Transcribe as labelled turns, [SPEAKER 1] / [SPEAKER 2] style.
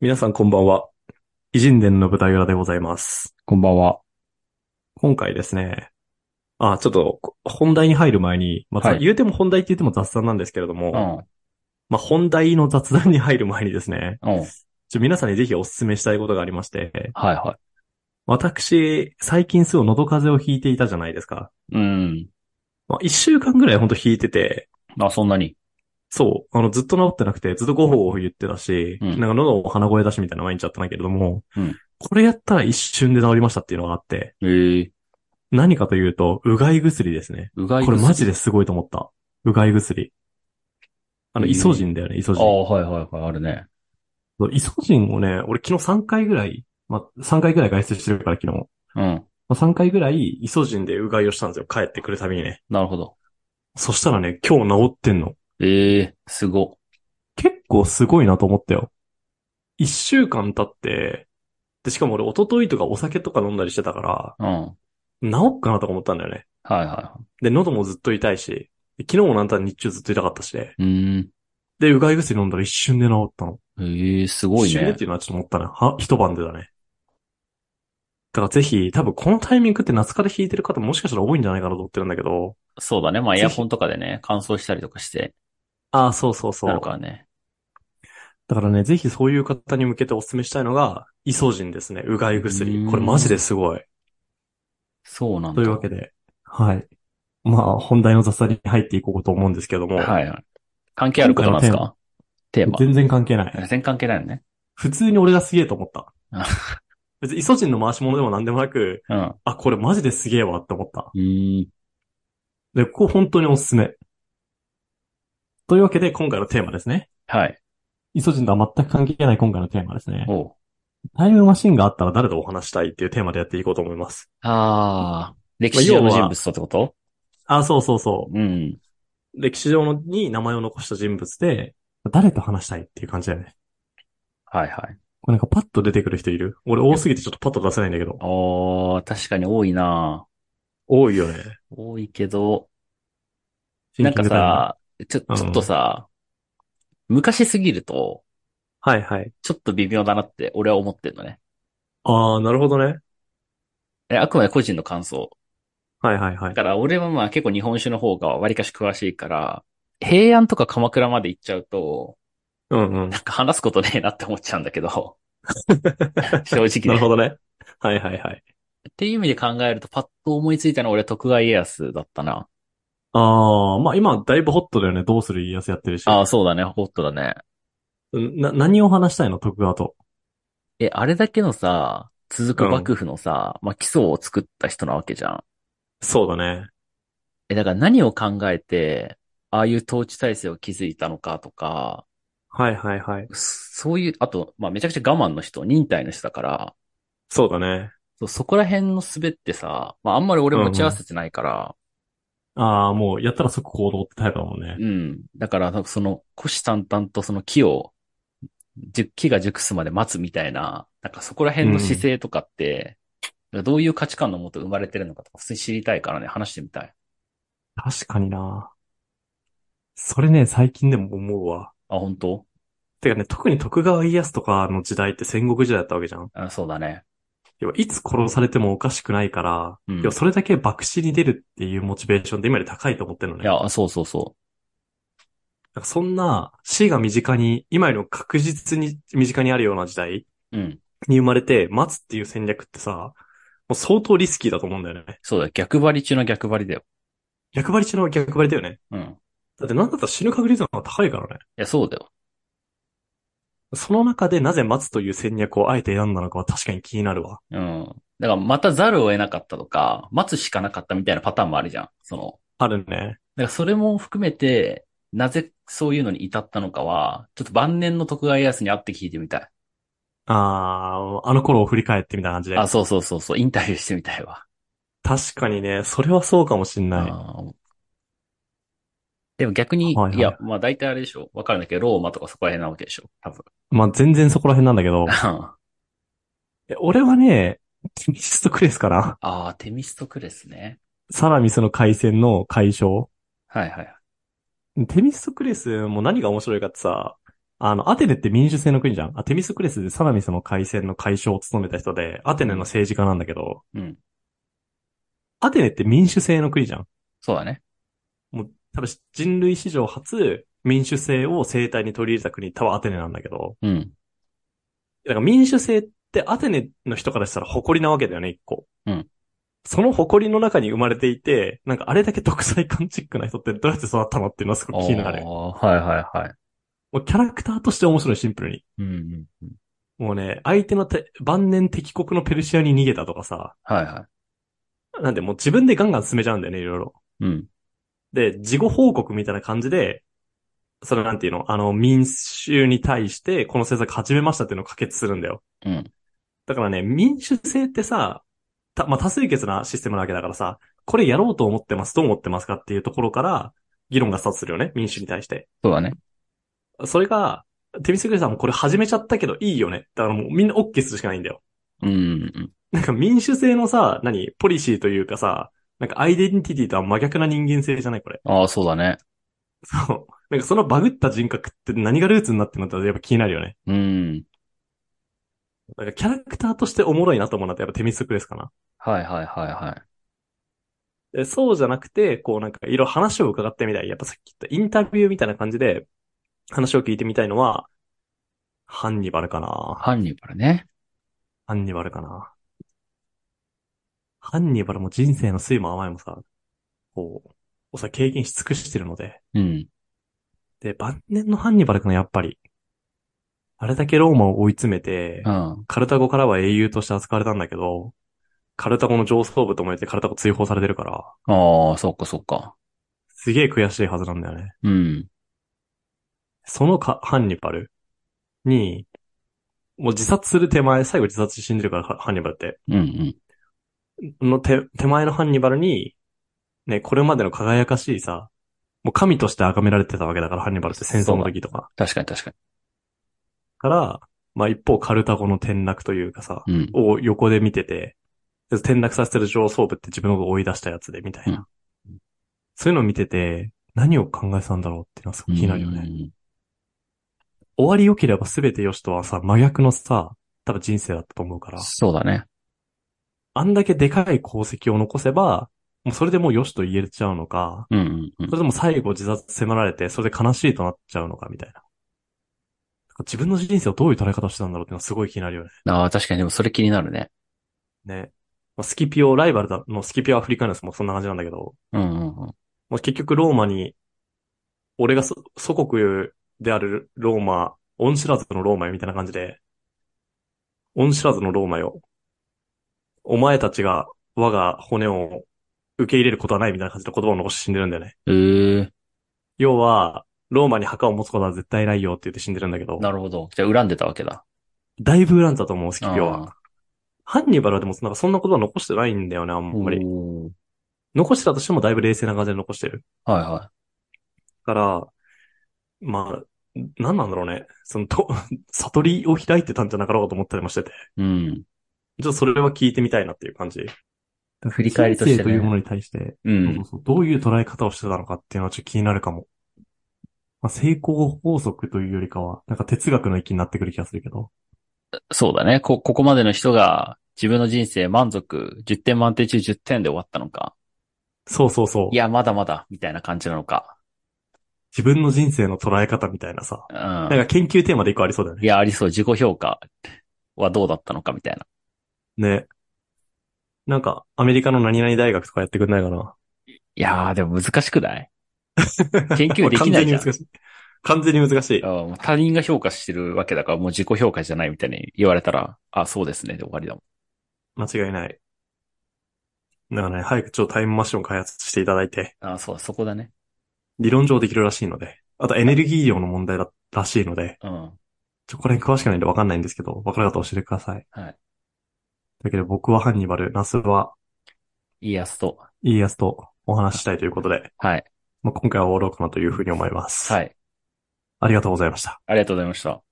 [SPEAKER 1] 皆さんこんばんは。偉人伝の舞台裏でございます。
[SPEAKER 2] こんばんは。
[SPEAKER 1] 今回ですね。あ、ちょっと、こ本題に入る前に、まあ、ざ
[SPEAKER 2] はい
[SPEAKER 1] 言うても本題って言っても雑談なんですけれども、
[SPEAKER 2] う
[SPEAKER 1] まあ、本題の雑談に入る前にですね、
[SPEAKER 2] ん。うん。はい
[SPEAKER 1] ちょ皆さんにぜひお勧めしたいことがありまして、
[SPEAKER 2] は
[SPEAKER 1] 私、最近すごい喉風邪をひいていたじゃないですか。
[SPEAKER 2] い。うん。
[SPEAKER 1] まあ、一週間ぐらいほんとひいてて、
[SPEAKER 2] あ、そんなに。
[SPEAKER 1] そう、あの、ずっと治ってなくて、ずっとごほを言ってたし、
[SPEAKER 2] うん
[SPEAKER 1] なんか喉を鼻声出しみたいな毎日あったんだけれども、
[SPEAKER 2] うん
[SPEAKER 1] これやったら一瞬で治りましたっていうのがあって、
[SPEAKER 2] ええ
[SPEAKER 1] 何かというと、うがい薬ですね。
[SPEAKER 2] うがい
[SPEAKER 1] これマジ
[SPEAKER 2] で。
[SPEAKER 1] ですごいと思った。うがい薬。あの、
[SPEAKER 2] えー
[SPEAKER 1] イソジンだよね、イソ
[SPEAKER 2] あ
[SPEAKER 1] ジン。
[SPEAKER 2] あ、はいはいはい、あるね。
[SPEAKER 1] イソジンをね、俺昨日3回ぐらい、まあ、3回ぐらい外出してるから昨日。
[SPEAKER 2] うん。
[SPEAKER 1] まあ、3回ぐらい、イソジンでうがいをしたんですよ。帰ってくるたびにね。
[SPEAKER 2] なるほど。
[SPEAKER 1] そしたらね、今日治ってんの。
[SPEAKER 2] ええすご。
[SPEAKER 1] 結構すごいなと思ったよ。1週間経って、で、しかも俺一昨日とかお酒とか飲んだりしてたか
[SPEAKER 2] うん。はい
[SPEAKER 1] ら、治っかなとか思ったんだよね。
[SPEAKER 2] はいは
[SPEAKER 1] で、喉もずっと痛いし、で昨日もなんたら日中ずっと痛かったしね。
[SPEAKER 2] い。うーん。
[SPEAKER 1] で、うがい薬飲んだら一瞬で治ったの。
[SPEAKER 2] ええすごい
[SPEAKER 1] 一瞬でっ
[SPEAKER 2] ね
[SPEAKER 1] て。いうのはちょっと思ったな。は、一晩でだね。だからぜひ、多分このタイミングって夏から弾いてる方もしかしたら多いんじゃないかなと思ってるんだけど。
[SPEAKER 2] そうだね。まあ、
[SPEAKER 1] ぜ
[SPEAKER 2] エ
[SPEAKER 1] ひ
[SPEAKER 2] アコンとかでね、乾燥したりとかして、
[SPEAKER 1] ああ、そうそうそ
[SPEAKER 2] なる
[SPEAKER 1] う。
[SPEAKER 2] からね。
[SPEAKER 1] だからね、ぜひそういう方に向けてお勧めしたいのが、イソジンですね。うがい薬。
[SPEAKER 2] うん
[SPEAKER 1] これマジですごい。
[SPEAKER 2] そうなんだ。
[SPEAKER 1] というわけで。はい。まあ、本題の雑談に入っていこうと思うんですけども。
[SPEAKER 2] はいはい。関係あることなんですかテーマ。
[SPEAKER 1] 全然関係ない。
[SPEAKER 2] 全然関係ないよね。
[SPEAKER 1] 普通に俺がすげえと思った
[SPEAKER 2] あ。
[SPEAKER 1] 別にイソジンの回し物でも何でもなく、
[SPEAKER 2] うん。う
[SPEAKER 1] あ、これマジですげえわって思った。
[SPEAKER 2] ーん。
[SPEAKER 1] で、ここ本当におすすめ。というわけで、今回のテーマですね。
[SPEAKER 2] はい。
[SPEAKER 1] イソジンとは全く関係ない今回のテーマですね。
[SPEAKER 2] おう。
[SPEAKER 1] タイムマシンがあったら誰とお話したいっていうテーマでやっていこうと思います。
[SPEAKER 2] ああ。歴史上の人物とってこと
[SPEAKER 1] あ、そうそうそ
[SPEAKER 2] うん。
[SPEAKER 1] う。歴史上のに名前を残した人物で、誰と話したいっていう感じだよね。
[SPEAKER 2] はいはい。
[SPEAKER 1] これなんかパッと出てくる人いる俺多すぎてちょっとパッと出せないんだけど。
[SPEAKER 2] おー、確かに多いな
[SPEAKER 1] 多いよね。
[SPEAKER 2] 多いけど、なんかさ、ちょ、
[SPEAKER 1] うん
[SPEAKER 2] ちょっとさ、昔すぎると、
[SPEAKER 1] はいはい。
[SPEAKER 2] ちょっと微妙だなって俺は思ってるのね。
[SPEAKER 1] あー、なるほどね。
[SPEAKER 2] え、あくまで個人の感想。
[SPEAKER 1] はいはいは
[SPEAKER 2] だ
[SPEAKER 1] い。
[SPEAKER 2] から俺はまあ結構日本酒の方が割かし詳しいから、平安とか鎌倉まで行っちゃうと、
[SPEAKER 1] うんうん。
[SPEAKER 2] なんか話すことねえなって思っちゃうんだ けど、正
[SPEAKER 1] なる
[SPEAKER 2] 直ね。
[SPEAKER 1] ほ
[SPEAKER 2] っ
[SPEAKER 1] どね。はいはいはい。
[SPEAKER 2] ていう意味で考えると、パッと思いついたのは俺徳川家康だったな。
[SPEAKER 1] あー、まあ今だいぶホットだよね。どうする家康やってるし。
[SPEAKER 2] ああ、そうだね。ホットだね。
[SPEAKER 1] な、何を話したいの徳川と。
[SPEAKER 2] え、あれだけのさ、続
[SPEAKER 1] う
[SPEAKER 2] く
[SPEAKER 1] ん
[SPEAKER 2] 幕府のさ、まあ基礎を作った人なわけじゃん。
[SPEAKER 1] そうだね。
[SPEAKER 2] え、だから何を考えて、ああいう統治体制を築いたのかとか、
[SPEAKER 1] はいはいはい。
[SPEAKER 2] そういう、あと、まあ、めちゃくちゃ我慢の人、忍耐の人だから、
[SPEAKER 1] そうだね。
[SPEAKER 2] そうそこら辺の術ってさ、まあ、あんまり俺持ち合わせてないから、
[SPEAKER 1] ああ、もうやったら即行動ってタイプだもんね
[SPEAKER 2] うん。。だから、なんかその、虎視眈々とその木を、じゅ木が熟すまで待つみたいな、なんかそこら辺の姿勢とかって、どういう価値観のもと生まれてるのかとか、普通に知りたいからね、話してみたい。
[SPEAKER 1] 確かにな。それね、最近でも思うわ。
[SPEAKER 2] あ、本当
[SPEAKER 1] てかね、特に徳川家康とかの時代って戦国時代だったわけじゃん。
[SPEAKER 2] あそうだね。
[SPEAKER 1] 要はいつ殺されてもおかしくないから、
[SPEAKER 2] うん
[SPEAKER 1] 要はそれだけ爆死に出るっていうモチベーションで今より高いと思ってるのね。
[SPEAKER 2] いや、そうそうそ
[SPEAKER 1] なんかそんな死が身近に、今よりも確実に身近にあるような時代
[SPEAKER 2] う。うん。
[SPEAKER 1] に生まれて待つっていう戦略ってさ、もう相当リスキーだと思うんだよね。
[SPEAKER 2] そうだよ、逆張り中の逆張りだよ。
[SPEAKER 1] 逆張り中の逆張りだよね。
[SPEAKER 2] うん。
[SPEAKER 1] だってなんだったら死ぬ確率の方が高いからね。
[SPEAKER 2] いや、そうだよ。
[SPEAKER 1] その中でなぜ待つという戦略をあえて選んだのかは確かに気になるわ。
[SPEAKER 2] うん。だから、またざるを得なかったとか、待つしかなかったみたいなパターンもあるじゃん。その、
[SPEAKER 1] あるね。
[SPEAKER 2] だからそれも含めて、なぜそういうのに至ったのかは、ちょっと晩年の徳川家康に会って聞いてみたい。
[SPEAKER 1] あー、あの頃を振り返ってみたいな感じで。
[SPEAKER 2] あ、そうそうそうそう、インタビューしてみたいわ。
[SPEAKER 1] 確かにね、それはそうかもしんない。
[SPEAKER 2] あーでも逆に、
[SPEAKER 1] はい
[SPEAKER 2] い
[SPEAKER 1] はい
[SPEAKER 2] や、まあ大体あれでしょ。わかるんだけど、ローマとかそこら辺なわけでしょ。多分。。
[SPEAKER 1] まあ、全然そこら辺なんだけど
[SPEAKER 2] あ
[SPEAKER 1] え俺はね、テミストクレスかな。
[SPEAKER 2] あー、テミストクレスね。
[SPEAKER 1] サラミスの海戦の解消。
[SPEAKER 2] はいはい。
[SPEAKER 1] テミストクレスも何が面白いかってさ、あの、アテネって民主制の国じゃん。アテミスクレスでサラミスの海戦の会長を務めた人で、アテネの政治家なんだけど、
[SPEAKER 2] うん。
[SPEAKER 1] アテネって民主制の国じゃん。
[SPEAKER 2] そうだね。
[SPEAKER 1] 多分人類史上初民主制を生態に取り入れた国、多分アテネなんだけど、
[SPEAKER 2] うん。
[SPEAKER 1] だから民主制ってアテネの人からしたら誇りなわけだよね、一個。
[SPEAKER 2] うん。
[SPEAKER 1] その誇りの中に生まれていて、なんかあれだけ独裁感チックな人ってどうやって育ったのっていうのはすごく気になる。も
[SPEAKER 2] おーはいはいは
[SPEAKER 1] うキャラクターとして面白い、シンプルに。
[SPEAKER 2] い。うんうんうん。
[SPEAKER 1] もうね、相手のて晩年敵国のペルシアに逃げたとかさ、
[SPEAKER 2] はいは
[SPEAKER 1] なんでもう自分でガンガン進めちゃうんだよね、いろいろ。
[SPEAKER 2] い。うん。
[SPEAKER 1] で、事後報告みたいな感じで、そのなんていうの、あの、民衆に対して、この政策始めましたっていうのを可決するんだよ。
[SPEAKER 2] うん。
[SPEAKER 1] だからね、民主制ってさ、た、まあ、多数決なシステムなわけだからさ、これやろうと思ってます、どう思ってますかっていうところから、議論がスタートするよね、民主に対して。
[SPEAKER 2] そうだね。
[SPEAKER 1] それが、テミスグレさんもこれ始めちゃったけどいいよね。だからもうみんな OK するしかないんだよ。
[SPEAKER 2] うんうん
[SPEAKER 1] なんか民主制のさ、何ポリシーというかさ、なんかアイデンティティとは真逆な人間性じゃないこれ。
[SPEAKER 2] うん。ああ、そうだね。
[SPEAKER 1] そう。なんかそのバグった人格って何がルーツになってるのってやっぱ気になるよね。
[SPEAKER 2] うん。
[SPEAKER 1] だからキャラクターとしておもろいなと思うのってやっぱテミスクレスかな。
[SPEAKER 2] はいはいはいはい。
[SPEAKER 1] でそうじゃなくて、こうなんかいろいろ話を伺ってみたい。やっぱさっき言ったインタビューみたいな感じで話を聞いてみたいのは、ハンニバルかな。
[SPEAKER 2] ハンニバルね。
[SPEAKER 1] ハンニバルかな。ハンニバルも人生の酸いも甘いもさ、こう、おさ、経験し尽くしてるので。
[SPEAKER 2] うん。
[SPEAKER 1] で、晩年のハンニバルかな、やっぱり。あれだけローマを追い詰めて
[SPEAKER 2] う、ん。
[SPEAKER 1] カルタゴからは英雄として扱われたんだけど、カルタゴの上層部とも言ってカルタゴ追放されてるから、
[SPEAKER 2] ああ、そっかそっか。
[SPEAKER 1] すげえ悔しいはずなんだよね。
[SPEAKER 2] うん。
[SPEAKER 1] そのか、ハンニバルに、もう自殺する手前、最後自殺して死んでるから、ハハンニバルって。
[SPEAKER 2] うんうん。
[SPEAKER 1] の手、手前のハンニバルに、ね、これまでの輝かしいさ、もう神として崇められてたわけだから、ハンニバルって戦争の時とか。
[SPEAKER 2] 確かに確か
[SPEAKER 1] から、まあ一方カルタゴの転落というかさ、
[SPEAKER 2] に。うん。
[SPEAKER 1] を横で見てて、で転落させてる上層部って自分のことを追い出したやつで、みたいな。そういうのを見てて、何を考えてたんだろうっていうのはすごい気になるよね。
[SPEAKER 2] ね。
[SPEAKER 1] 終わり良ければ全て良しとはさ、真逆のさ、多分人生だったと思うから、
[SPEAKER 2] そうだね。
[SPEAKER 1] あんだけでかい功績を残せば、もうそれでもう良しと言えちゃうのか、
[SPEAKER 2] うんうんうん
[SPEAKER 1] そ。れでも最後自殺迫られて、それで悲しいとなっちゃうのか、みたいな。自分の人生をどういう捉え方をしてたんだろうっていうのはすごい気になるよね。
[SPEAKER 2] ああ、確かにでもそれ気になるね。
[SPEAKER 1] ね。まあスキピオ、ライバルだのスキピオアフリカヌスもそんな感じなんだけど、
[SPEAKER 2] うんうんうん。
[SPEAKER 1] もう結局ローマに、俺がそ祖国であるローマ、恩知らずのローマよみたいな感じで、恩知らずのローマよ。お前たちが我が骨を受け入れることはないみたいな感じの言葉を残して死んでるんだよね。
[SPEAKER 2] ええ
[SPEAKER 1] 要は、ローマに墓を持つことは絶対ないよって言って死んでるんだけど、
[SPEAKER 2] なるほど。じゃあ恨んでたわけだ。
[SPEAKER 1] だいぶ恨んだと思う、スキピオ
[SPEAKER 2] あー
[SPEAKER 1] は。ハンニバルはでもなんかそんなことは残してないんだよね、あんまり。
[SPEAKER 2] おー
[SPEAKER 1] 残してたとしてもだいぶ冷静な感じで残してる。
[SPEAKER 2] はいは
[SPEAKER 1] から、まあ、何なんだろうね。その、と、 悟りを開いてたんじゃなかろうかと思ったりもしてて。
[SPEAKER 2] い。うん。
[SPEAKER 1] ちょっとそれは聞いてみたいなっていう感じ。
[SPEAKER 2] 振り返りとして
[SPEAKER 1] 人生というもの
[SPEAKER 2] ね。
[SPEAKER 1] に対して、
[SPEAKER 2] う。
[SPEAKER 1] そうんそうどういう捉え方をしてたのかっていうのはちょっと気になるかも。まあ、成功法則というよりかは、なんか哲学の域になってくる気がするけど。
[SPEAKER 2] そうだね。こ、ここまでの人が自分の人生満足、10点満点中10点で終わったのか。
[SPEAKER 1] そうそうそう
[SPEAKER 2] い。や、まだまだ、みたいな感じなのか。
[SPEAKER 1] 自分の人生の捉え方みたいなさ。
[SPEAKER 2] う
[SPEAKER 1] なん
[SPEAKER 2] ん。
[SPEAKER 1] か研究テーマで一個ありそうだよ
[SPEAKER 2] い
[SPEAKER 1] ね。
[SPEAKER 2] や、ありそう。自己評価はどうだったのか、みたいな。
[SPEAKER 1] ね。なんか、アメリカの何々大学とかやってくんないかな。
[SPEAKER 2] いやー、でも難しくない 研究でき
[SPEAKER 1] 完
[SPEAKER 2] な
[SPEAKER 1] 全に
[SPEAKER 2] いじゃん。
[SPEAKER 1] 難しい。完全に難しい
[SPEAKER 2] あ。ーもう他人が評価してるわけだから、もう自己評価じゃないみたいに言われたら、あ、そうですね、で終わりだもん。
[SPEAKER 1] 間違いない。だからね、早くちょっとタイムマシンを開発していただいて、
[SPEAKER 2] あ、そう、そこだね。
[SPEAKER 1] 理論上できるらしいので、あとエネルギー量の問題だらしいので、
[SPEAKER 2] うん。
[SPEAKER 1] ちょ、これ詳しくないんでわかんないんですけど、わかる方教えてください。
[SPEAKER 2] はい。
[SPEAKER 1] だけど僕はハンニバル、ナスは
[SPEAKER 2] 家康と。
[SPEAKER 1] イーヤスとお話ししたいということで、
[SPEAKER 2] はい。
[SPEAKER 1] まあ、今回は終わろうかなというふうに思います。。
[SPEAKER 2] はいい。
[SPEAKER 1] ありがとうございました。
[SPEAKER 2] ありがとうございました。